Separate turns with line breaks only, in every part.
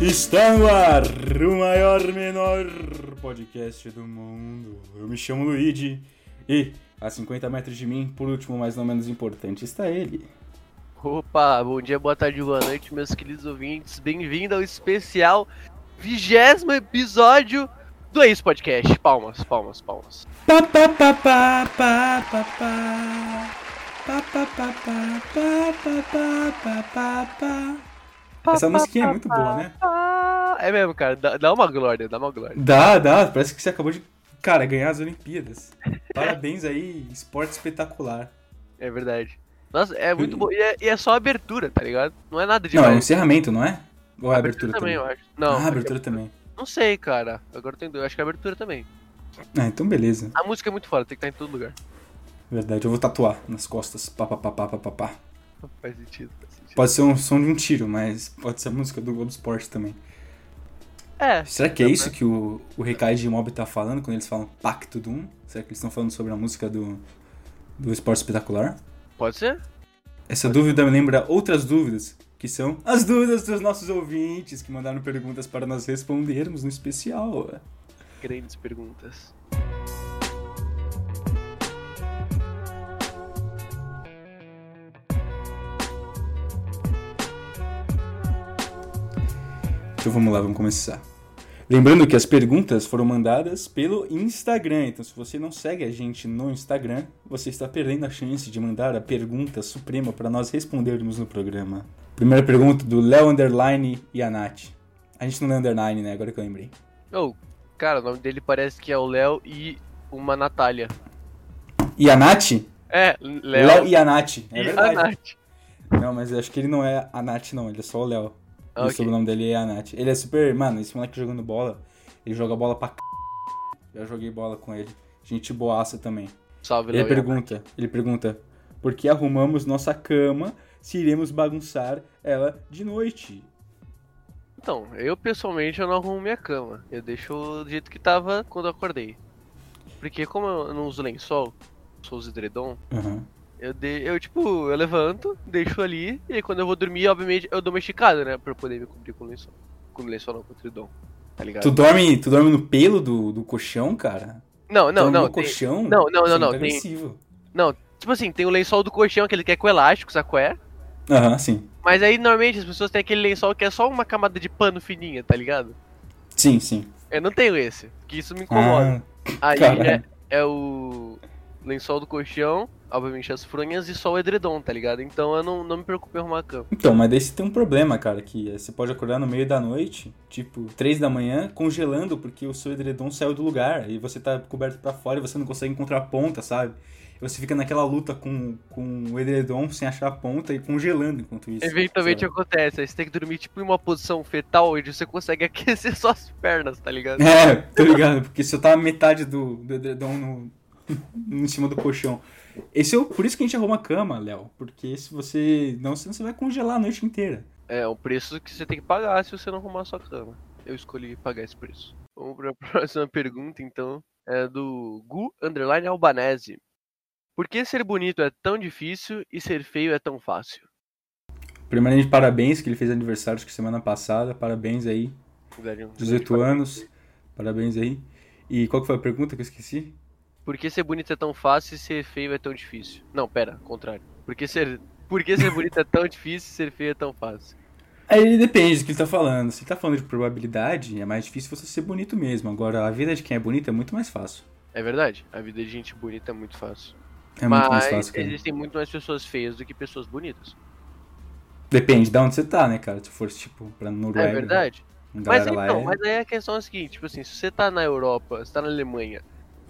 Está no ar o maior menor podcast do mundo. Eu me chamo Luigi e a 50 metros de mim, por último, mas não menos importante, está ele.
Opa, bom dia, boa tarde, boa noite, meus queridos ouvintes. Bem-vindo ao especial vigésimo episódio do Ex Podcast. Palmas, palmas, palmas.
Pá, pá, pá, pá, pá, pá, pá. Pá, pá, pá, pá, pá, pá, pá, pá, pá, pá. Essa musiquinha é muito boa, né?
Ah, é mesmo, cara. Dá, dá uma glória, dá uma glória.
Dá, dá. Parece que você acabou de, cara, ganhar as Olimpíadas. Parabéns aí, esporte espetacular.
É verdade. Nossa, é muito bom. E é, e é só abertura, tá ligado? Não é nada
Hum. Não, é o
demais.
encerramento, não é? Ou é a abertura, também?
também, eu acho. Não,
ah, abertura também.
não sei, cara. Agora tem dois. Acho que é abertura também.
Ah, então beleza. É
A música é muito foda, tem que estar em todo lugar.
Verdade, eu vou tatuar nas costas. Pá, pá, pá, pá, pá, pá, pá.
Faz sentido, faz sentido.
Pode ser um som de um tiro, mas pode ser a música do Globo Esporte também.
É.
Será que é isso que o, o Recai de Mob tá falando quando eles falam Pacto do 1? Será que eles estão falando sobre a música do, do Esporte Espetacular?
Pode ser?
Essa dúvida me lembra outras dúvidas, que são as dúvidas dos nossos ouvintes que mandaram perguntas para nós respondermos no especial.
Grandes perguntas.
Então vamos lá, vamos começar. Lembrando que as perguntas foram mandadas pelo Instagram, então se você não segue a gente no Instagram, você está perdendo a chance de mandar a pergunta suprema para nós respondermos no programa. Primeira pergunta do Léo Underline e a Nath. A gente não lê Underline, né? Agora que eu lembrei.
Oh, cara, o nome dele parece que é o Léo e uma Natália.
E a Nath?
É,
Léo
Léo
e a Nath. É
e
verdade.
a Nath.
Não, mas eu acho que ele não é a Nath, não. Ele é só o Léo.
Ah,
O
ok.
sobrenome dele é a Nath. Ele é super. Mano, esse moleque jogando bola. Ele joga bola pra c. Já joguei bola com ele. Gente boaça também.
Salve,
Ele
Léo. e a Nath.
pergunta, ele pergunta, por que arrumamos nossa cama se iremos bagunçar ela de noite?
Então, eu pessoalmente eu não arrumo minha cama. Eu deixo do jeito que tava quando eu acordei. Porque como eu não uso lençol, sou uso edredom,
Aham.
eu, de... eu tipo, eu levanto, deixo ali, e aí quando eu vou dormir, obviamente, eu dou uma esticada, né? Pra eu poder me cobrir com lençol. Com lençol não, com edredom. Tá ligado?
Tu, dorme, tu dorme no pelo do, do colchão, cara?
Não, não,
dorme
não.
no
tem-
colchão?
não, não,
Isso é
não, não,
muito
tem-
agressivo.
Tipo assim, tem o lençol do colchão, aquele que é com elástico, sacou? É?
Aham, sim.
Mas aí normalmente as pessoas têm aquele lençol que é só uma camada de pano fininha, tá ligado?
Sim, sim.
Eu não tenho esse, que isso me incomoda.
Ah,
Aí é,
caralho.
é o lençol do colchão, obviamente as fronhas e só o edredom, tá ligado? Então eu não, não me preocupo em arrumar a cama.
Então, mas daí você tem um problema, cara, que é, você pode acordar no meio da noite, tipo, três da manhã, congelando porque o seu edredom saiu do lugar e você tá coberto pra fora e você não consegue encontrar a ponta, sabe? E Você fica naquela luta com, com o edredom sem achar a ponta e congelando enquanto isso. é.
Eventualmente
sabe?
acontece, aí você tem que dormir tipo em uma posição fetal onde você consegue aquecer suas pernas, tá ligado?
É, tô ligado, porque se eu tava metade do, do edredom no, em cima do colchão. Esse é o, por isso que a gente arruma a cama, Léo, porque se você. Não, senão você vai congelar a noite inteira.
É um preço que você tem que pagar se você não arrumar a sua cama. Eu escolhi pagar esse preço. Vamos pra próxima pergunta, então. É do Gu Underline Albanese. Por que ser bonito é tão difícil e ser feio é tão fácil?
Primeiramente, parabéns, que ele fez aniversário acho que semana passada, parabéns aí.
Velho,
18 anos, parabéns aí. E qual que foi a pergunta que eu esqueci?
Por que ser bonito é tão fácil e ser feio é tão difícil? Não, pera, contrário. Por que ser, por que ser bonito é tão difícil e ser feio é tão fácil?
Aí depende do que ele tá falando. Se ele tá falando de probabilidade, é mais difícil você ser bonito mesmo. Agora, a vida de quem é bonito é muito mais fácil.
É verdade, a vida de gente bonita é muito fácil.
É
Mas
muito mais fácil, cara.
existem muito mais pessoas feias do que pessoas bonitas.
Depende de onde você tá, né, cara? Se for, tipo, pra Noruega.
é verdade.
uma
Mas
galera lá
então,
é-
mas aí a questão é a seguinte, tipo assim, se você tá na Europa, se tá na Alemanha,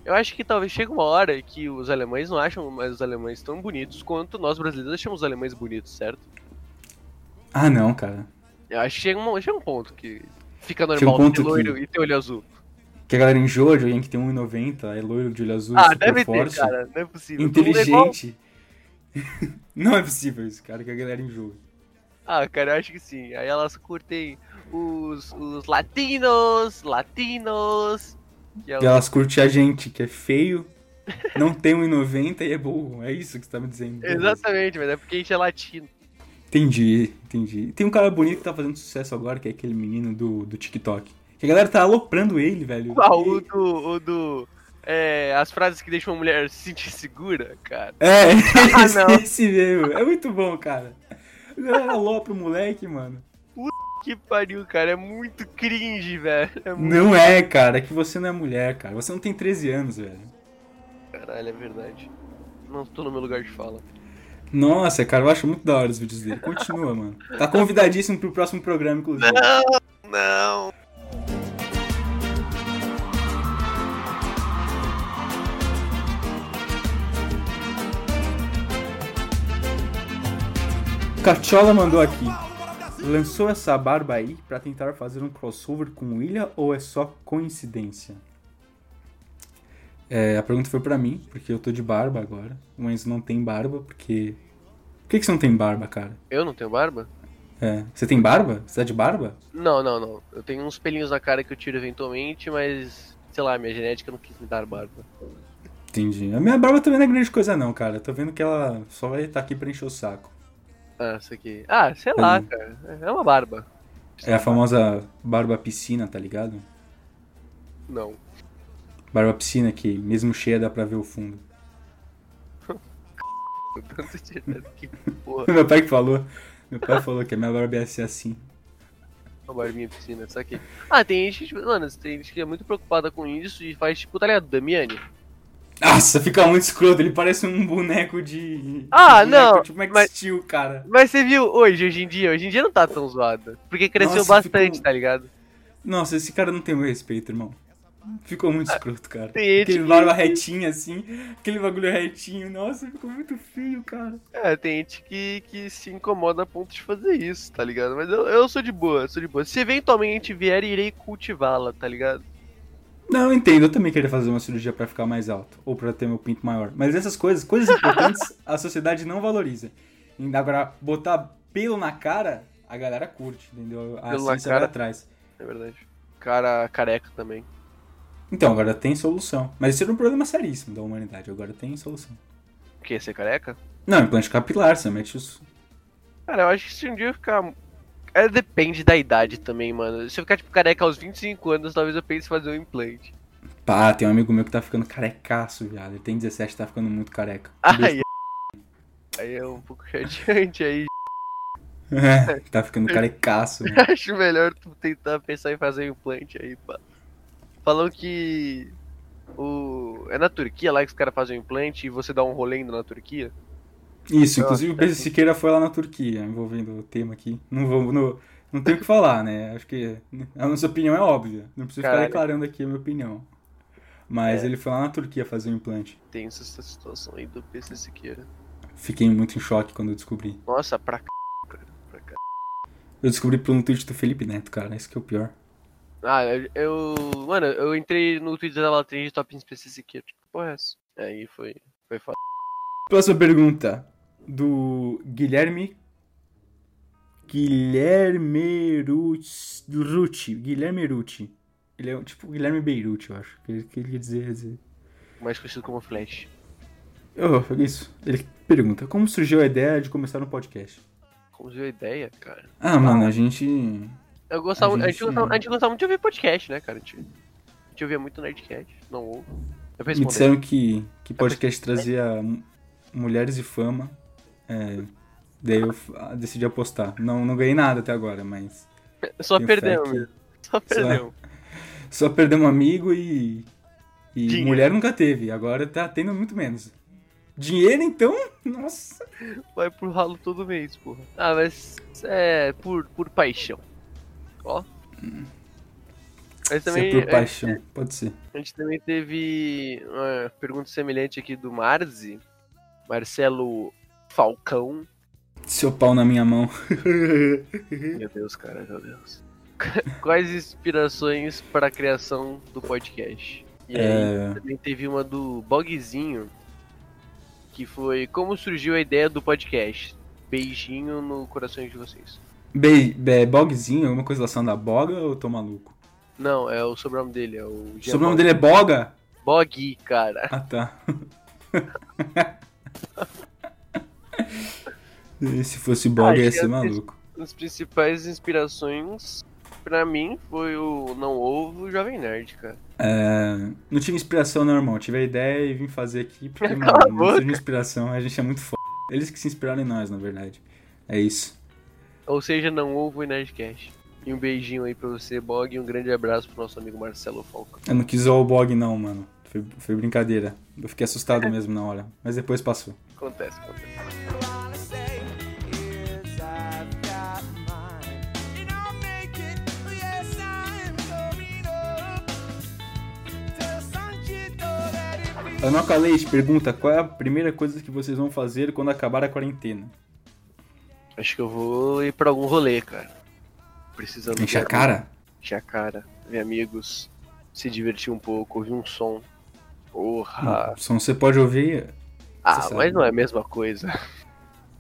eu acho que talvez chegue uma hora que os alemães não acham mais os alemães tão bonitos quanto nós brasileiros achamos os alemães bonitos, certo?
Ah, não, cara.
Eu acho que chega, uma, chega um ponto que fica
Chega um
normal ter
ponto que-
loiro e ter olho azul.
Que a galera enjoa de alguém que tem 1,90, é loiro de olho azul,
Ah,
super
deve
forte,
ter, cara. Não é possível. Todo mundo é igual.
inteligente. não é possível isso, cara, que a galera enjoa.
Ah, cara, eu acho que sim. Aí elas curtem os, os latinos, latinos. que é o-
E elas curtem a gente, que é feio, um não tem 1,90 e é burro. É isso que você tá me dizendo. Beleza.
Exatamente, mas é porque a gente é latino.
Entendi, entendi. Tem um cara bonito que tá fazendo sucesso agora, que é aquele menino do, do TikTok. Que a galera tá aloprando ele, velho.
Qual? Ah, O do. O do é, as frases que deixam uma mulher se sentir segura, cara.
É,
Ah,
esse,
não.
esse mesmo. É muito bom, cara. A galera alopra o moleque, mano.
Que pariu, cara. É muito cringe, velho. É muito.
Não é, cara. É que você não é mulher, cara. Você não tem 13 anos, velho.
Caralho, é verdade. Não tô no meu lugar de fala.
Nossa, cara, eu acho muito da hora os vídeos dele. Continua, mano. Tá convidadíssimo pro próximo programa, inclusive.
Não!
Cachola mandou aqui. Lançou essa barba aí pra tentar fazer um crossover com Ilha ou é só coincidência? É, a pergunta foi pra mim, porque eu tô de barba agora. Mas não tem barba, porque. Por que, que você não tem barba, cara?
Eu não tenho barba?
É, Você tem barba? Você tá de barba?
Não, não, não. Eu tenho uns pelinhos na cara que eu tiro eventualmente, mas. Sei lá, minha genética não quis me dar barba.
Entendi. A minha barba também não é grande coisa, não, cara. Tô vendo que ela só vai estar aqui pra encher o saco.
Ah, isso aqui. Ah, sei lá,
Uhum.
cara. É uma barba.
É a famosa barba piscina, tá ligado?
Não.
Barba piscina que, mesmo cheia, dá pra ver o fundo.
Eu tanto tirando que porra.
Meu pai que falou. Meu pai falou que a minha barba ia ser assim.
Uma barbinha piscina, só que. Ah, tem gente, tipo, mano, tem gente que é muito preocupada com isso e faz tipo, tá ligado, Damiani?
Nossa, fica muito escroto. Ele parece um boneco de.
Ah,
um boneco
não,
Tipo Max
mas-
Steel, cara.
Mas você viu hoje, hoje em dia, hoje em dia não tá tão zoado. Porque cresceu
Nossa,
bastante,
ficou-
tá ligado?
Nossa, esse cara não tem meu respeito, irmão. Ficou muito escroto, cara.
tem gente
Aquele
que-
barba retinha assim, aquele bagulho retinho. Nossa, ficou muito feio, cara.
É, tem gente que, que se incomoda a ponto de fazer isso, tá ligado? Mas eu, eu sou de boa, sou de boa. Se eventualmente vier, irei cultivá-la, tá ligado?
Não, eu entendo. Eu também queria fazer uma cirurgia pra ficar mais alto. Ou pra ter meu pinto maior. Mas essas coisas, coisas importantes, a sociedade não valoriza. Ainda agora, botar pelo na cara, a galera curte, entendeu? A
Pelo na
ciência
cara?
vai atrás.
É verdade. Cara careca também.
Então, agora tem solução. Mas isso era um problema seríssimo da humanidade. Agora tem solução.
O quê? Ser careca?
Não, implante capilar, você mete os.
Cara, eu acho que se um dia eu ficar. É, depende da idade também, mano. Se eu ficar, tipo, careca aos 25 anos, talvez eu pense em fazer um implante.
Pá, tem um amigo meu que tá ficando carecaço, viado. Ele tem 17, tá ficando muito careca.
Ai, é- aí é um pouco chateante aí.
É, tá ficando carecaço. mano.
Acho melhor tu tentar pensar em fazer um implante aí, pá. Falam que o é na Turquia lá que os caras fazem um implante e você dá um rolê indo na Turquia.
Isso, inclusive o
Nossa,
Pedro Siqueira foi lá na Turquia, envolvendo o tema aqui. Não vou. Não, não tenho o que falar, né? Acho que a nossa opinião é óbvia. Não preciso ficar
Caralho.
declarando aqui a minha opinião. Mas
É.
ele foi lá na Turquia fazer o implante.
Tem essa essa situação aí do PC Siqueira.
Fiquei muito em choque quando eu descobri.
Nossa, pra c... cara, pra c...
Eu descobri por um tweet do Felipe Neto, cara. Isso que é o pior.
Ah, eu, eu- mano, eu entrei no Twitter da Latriz de Top PC Siqueira. Tipo, que porra é essa? Aí foi foi foda.
Próxima pergunta do Guilherme Guilherme Ruti, Ruti. Guilherme Ruti. Ele é um- tipo Guilherme Beirute, eu acho. que Ele que ele quer dizer, dizer.
Mais conhecido como Flash.
Oh, isso. Ele pergunta: "Como surgiu a ideia de começar um podcast?"
Como deu a ideia, cara.
Ah, mano, a gente
Eu gostava,
A
a, gente...
gente-
gostava, a gente gostava muito de ouvir podcast, né, cara? A gente, a gente ouvia muito Nerdcast, não ouvo. Eu
me
respondo.
disseram que
É
que podcast trazia mu- mulheres e fama. É, daí eu f- ah, decidi apostar. Não, não ganhei nada até agora, mas
Só
tenho fé
perdeu,
que-
meu. Só perdeu.
Só perdeu um amigo e. E
Dinheiro.
mulher nunca teve, agora tá tendo muito menos. Dinheiro então? Nossa.
Vai pro ralo todo mês, porra. Ah, mas é por, por paixão. Ó. Mas também,
Isso é por
a,
paixão, pode ser.
a gente também teve uma pergunta semelhante aqui do Marzi, Marcelo Falcão.
Seu pau na minha mão.
Meu Deus, cara, meu Deus. Quais inspirações para a criação do podcast? E aí,
É,
Também teve uma do Bogzinho, que foi como surgiu a ideia do podcast. Beijinho no coração de vocês.
be, be- bogzinho, alguma coisa relacionada a boga ou eu tô maluco?
Não, é o sobrenome dele, é o
O sobrenome dele é Boga? tá.
Bog, cara.
Ah tá. E se fosse blog, ia
Achei
ser
a
maluco.
As principais inspirações, pra mim, foi o Não Ovo e o Jovem Nerd, cara.
É, não tive inspiração, não, irmão. Tive a ideia e vim fazer aqui, porque,
Cala
mano,
a
não
boca.
precisa de inspiração, a gente é muito foda. Eles que se inspiraram em nós, na verdade. É isso.
Ou seja, Não Ovo e Nerdcast. E um beijinho aí pra você, Bog, e um grande abraço pro nosso amigo Marcelo Falcão.
Eu não quis zoar o blog, não, mano. Foi, foi brincadeira. Eu fiquei assustado mesmo na hora, mas depois passou.
Acontece, acontece.
All I say is I've got mine, and I'll make it. Yes, I'm going up. Tell Sanjito that it be
A Noca Leite pergunta qual é a primeira coisa que vocês vão fazer quando acabar a quarentena.
Acho que eu vou ir pra algum rolê, cara. Precisando
Encher a
de-
cara?
encher a cara, ver amigos, se divertir um pouco, ouvir um som. Porra!
O som você pode ouvir,
ah,
Hum, sabe.
mas não é a mesma coisa.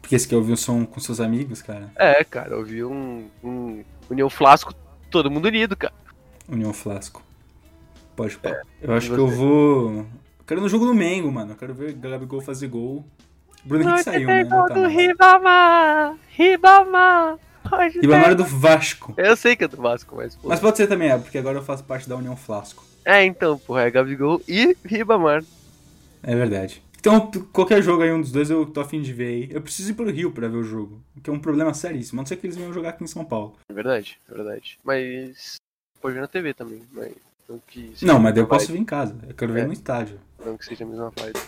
porque você quer ouvir o som com seus amigos, cara.
É, cara, ouvir um, um União Flasco, todo mundo unido, cara.
União um Flasco. Pode, pá. eu acho
É, e
que eu
você?
vou. Eu quero ir no jogo do Mengo, mano. Eu quero ver Gabigol fazer gol. Bruno Henrique saiu, né? Não tá mais.
Ribamar! Ribamar! Hoje
Ribamar é do Vasco.
Eu sei que é do Vasco, mas, pô.
Mas pode ser também, é, porque agora eu faço parte da União Flasco.
É, então, porra, é Gabigol e Ribamar.
É verdade. Então, p- qualquer jogo aí, um dos dois, eu tô afim de ver aí. Eu preciso ir pro Rio pra ver o jogo. Que é um problema seríssimo. A não ser que eles venham jogar aqui em São Paulo.
É verdade, é verdade. Mas. Pode ver na TV também, mas. Não, que seja
Não, mas daí
a
eu posso
mesma
vir em casa. Eu quero ver
É.
no estádio.
vibe, Não que seja a mesma vibe. Acho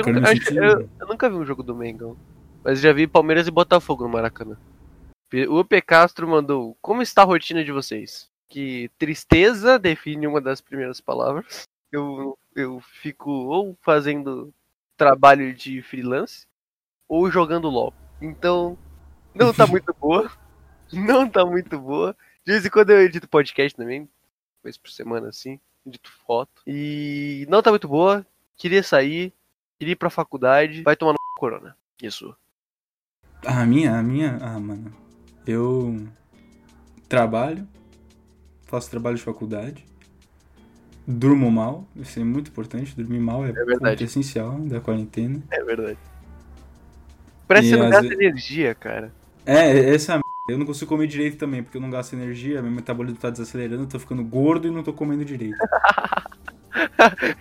Eu
Eu,
quero
nunca,
me
acho que
sentir-
eu- eu nunca vi um jogo do Mengão. Mas já vi Palmeiras e Botafogo no Maracanã. P- O P. Castro mandou: Como está a rotina de vocês? Que tristeza define uma das primeiras palavras. Eu, eu fico ou fazendo trabalho de freelance ou jogando LOL. Então, não tá muito boa. Não tá muito boa. De vez em quando eu edito podcast também. uma Vez por semana, assim. Edito foto. E não tá muito boa. Queria sair. Queria ir pra faculdade. Vai tomar no c- corona. Isso.
Ah, a minha, a minha. Ah, mano. Eu trabalho, faço trabalho de faculdade, durmo mal, isso é muito importante, dormir mal é,
verdade.
ponto essencial da quarentena.
É verdade. Parece
E
que você não
às
gasta
ve-
energia, cara.
É, essa merda. eu não consigo comer direito também, porque eu não gasto energia, meu metabolismo tá desacelerando, eu tô ficando gordo e não tô comendo direito.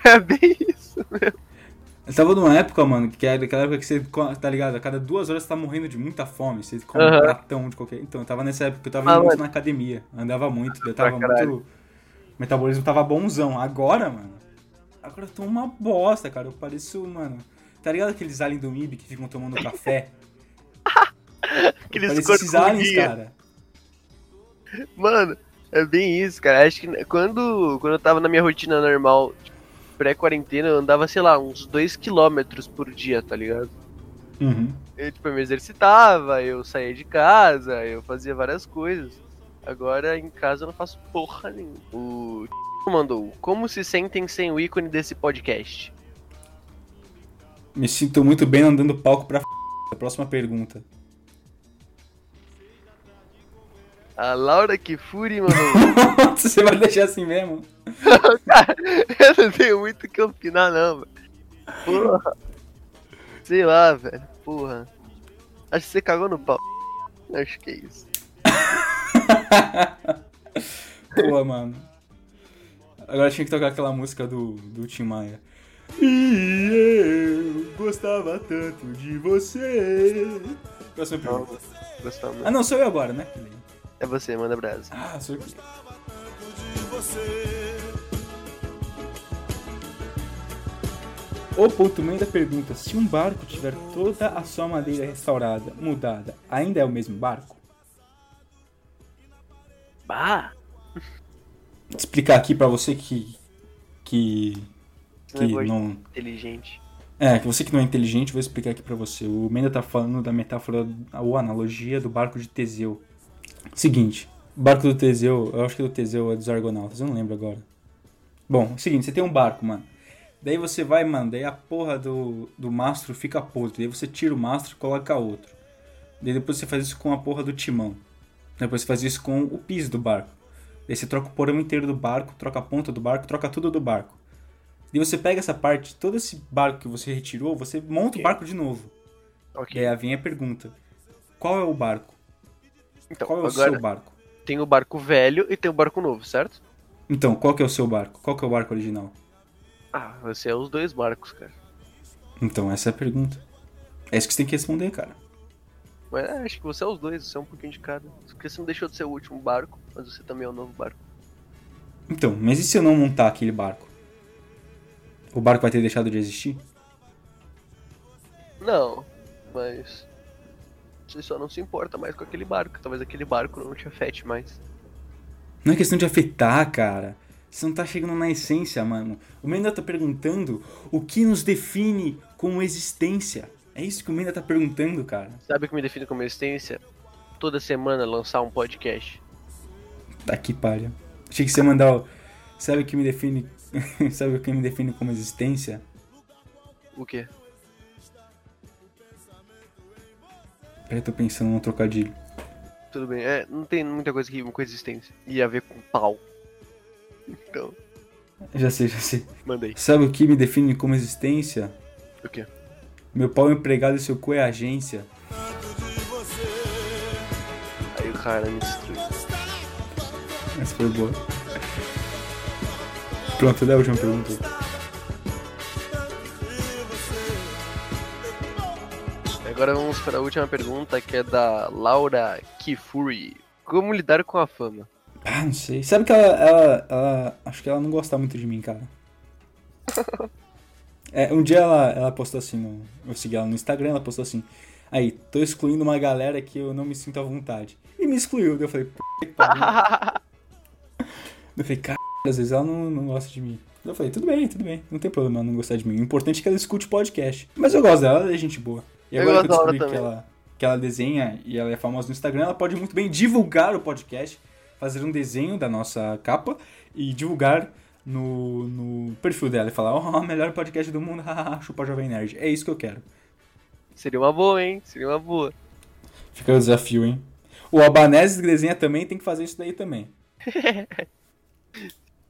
é bem isso.
Eu tava numa época, mano, que era aquela época que você, co- tá ligado? A cada duas horas você tá morrendo de muita fome, você come um
Aham.
pratão de qualquer. Então, eu tava nessa época que eu tava
Ah,
indo muito
mano.
na academia, andava muito, eu tava
caralho.
muito. O metabolismo tava bonzão. Agora, mano, agora eu tô uma bosta, cara. Eu pareço, mano. Tá ligado aqueles aliens do MIB que ficam tomando café? Eu
Aqueles
pareço esses aliens,
corcundinhas.
cara.
Mano, é bem isso, cara. Acho que quando, quando eu tava na minha rotina normal, tipo, pré-quarentena, eu andava, sei lá, uns 2km por dia, tá ligado?
Uhum.
Eu, tipo, eu me exercitava, eu saía de casa, eu fazia várias coisas. Agora em casa eu não faço porra nenhuma. O mandou: Como se sentem sem o ícone desse podcast?
Me sinto muito bem andando palco pra f. A próxima pergunta.
A Laura Kifuri mandou:
Você vai deixar assim mesmo?
Eu não tenho muito o que opinar, não, velho. Porra. Sei lá, velho. Porra. Acho que você cagou no pau. Acho que é isso.
Boa, mano. Agora tinha que tocar aquela música do, do Tim Maia. E eu gostava tanto de você. Próxima pergunta.
Gostar
Ah,
muito.
não, sou eu agora, né? Peraí.
É você, manda brasa.
Ah, sou eu. que-
de você.
O ponto meio da pergunta: se um barco tiver toda a sua madeira restaurada, mudada, ainda é o mesmo barco?
Bah!
Vou explicar aqui pra você que. que.
Esse
que
negócio de
não.
é inteligente.
É, que você que não é inteligente, vou explicar aqui pra você. O Menda tá falando da metáfora ou analogia do barco de Teseu. Seguinte, o barco do Teseu, eu acho que é do Teseu é dos Argonautas, eu não lembro agora. Bom, é o seguinte, você tem um barco, mano. Daí você vai, mano, daí a porra do, do mastro fica podre. Daí você tira o mastro e coloca outro. Daí depois você faz isso com a porra do timão. Depois você faz isso com o piso do barco. Daí você troca o porão inteiro do barco, troca a ponta do barco, troca tudo do barco. E você pega essa parte, todo esse barco que você retirou, você monta o barco de novo.
Ok.
E aí a vinha pergunta: Qual é o barco?
Então,
Qual é o
agora
seu barco?
tem o barco velho e tem o barco novo, certo?
Então, qual que é o seu barco? Qual que é o barco original?
Ah, você é os dois barcos, cara.
Então, essa é a pergunta. É isso que você tem que responder, cara.
Mas é, acho que você é os dois, você é um pouquinho de cada. Porque você não deixou de ser o último barco, mas você também é o novo barco.
Então, mas e se eu não montar aquele barco? O barco vai ter deixado de existir?
Não, mas. Você só não se importa mais com aquele barco. Talvez aquele barco não te afete mais.
Não é questão de afetar, cara. Você não tá chegando na essência, mano. O Menda tá perguntando o que nos define como existência. É isso que o Menda tá perguntando, cara.
Sabe o que me define como existência? Toda semana lançar um podcast.
Tá que palha. Achei que você ia mandar o. Sabe o que me define. Sabe o que me define como existência?
O quê?
Peraí, tô pensando num trocadilho.
Tudo bem, é, não tem muita coisa que rima com existência. E a ver com pau. Então,
Já sei, já sei.
mandei.
Sabe o que me define como existência?
O quê?
Meu pau é empregado e seu cu é agência.
Aí o cara me destruiu.
Essa foi boa. Pronto, dá a última pergunta.
um
Agora vamos para a última pergunta, que é da Laura Kifuri. Como lidar com a fama?
Ah, não sei. Sabe que ela, ela, ela- Acho que ela não gosta muito de mim, cara. É, um dia ela, ela postou assim, no, eu segui ela no Instagram, ela postou assim. Aí, tô excluindo uma galera que eu não me sinto à vontade. E me excluiu. Daí eu falei, pô, que pariu. Eu falei, cara, às vezes ela não, não gosta de mim. Daí Eu falei, tudo bem, tudo bem. Não tem problema ela não gostar de mim. O importante é que ela escute podcast. Mas eu gosto dela, ela é gente boa. E
Eu
agora
gosto
que eu
da Laura
descobri que
também.
ela, que ela desenha e ela é famosa no Instagram, ela pode muito bem divulgar o podcast, fazer um desenho da nossa capa e divulgar no, no perfil dela e falar, ó, melhor podcast do mundo, hahaha, chupa Jovem Nerd. É isso que eu quero.
Seria uma boa, hein? Seria uma boa.
Fica o desafio, hein? O Albanese que desenha também tem que fazer isso daí também.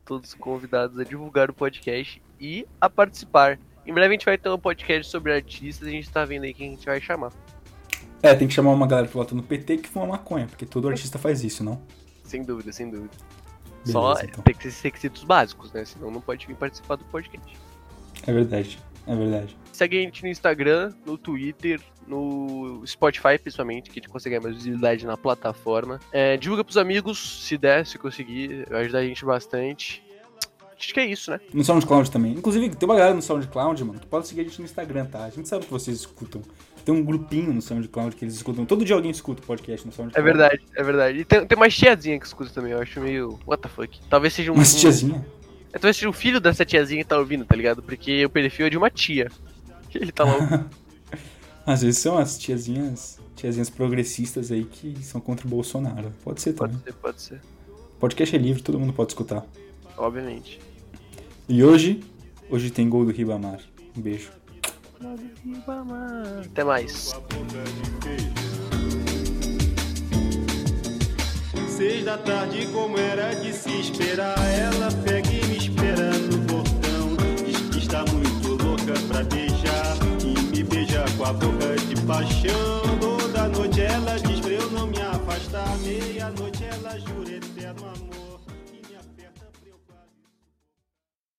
Todos convidados a divulgar o podcast e a participar. Em breve a gente vai ter um podcast sobre artistas, a gente tá vendo aí quem a gente vai chamar.
É, tem que chamar uma galera que vota no PT que fuma maconha, porque todo artista faz isso, não?
Sem dúvida, sem dúvida.
Beleza,
Só
então.
tem que ser esses requisitos básicos, né? Senão não pode vir participar do podcast.
É verdade, é verdade.
Segue a gente no Instagram, no Twitter, no Spotify, principalmente, que a gente consegue ganhar mais visibilidade na plataforma. É, divulga pros amigos, se der, se conseguir, vai ajudar a gente bastante. Acho que é isso, né?
No SoundCloud também. Inclusive, tem uma galera no SoundCloud, mano, que pode seguir a gente no Instagram, tá? A gente sabe que vocês escutam. Tem um grupinho no SoundCloud que eles escutam. Todo dia alguém escuta o podcast no SoundCloud.
É verdade, é verdade. E tem, tem uma tiazinha que escuta também, eu acho meio. What the fuck? Talvez seja um.
Mas tiazinha.
É, talvez seja o filho dessa tiazinha que tá ouvindo, tá ligado? Porque o perfil é de uma tia. Ele tá lá.
Às vezes são as tiazinhas, tiazinhas progressistas aí que são contra o Bolsonaro. Pode ser
pode
também.
ser, pode ser.
Podcast é livre, todo mundo pode escutar.
Obviamente.
E hoje, hoje tem gol do Ribamar. Um beijo.
Até mais.
é Seis da tarde, como era de se esperar, ela pega e me espera.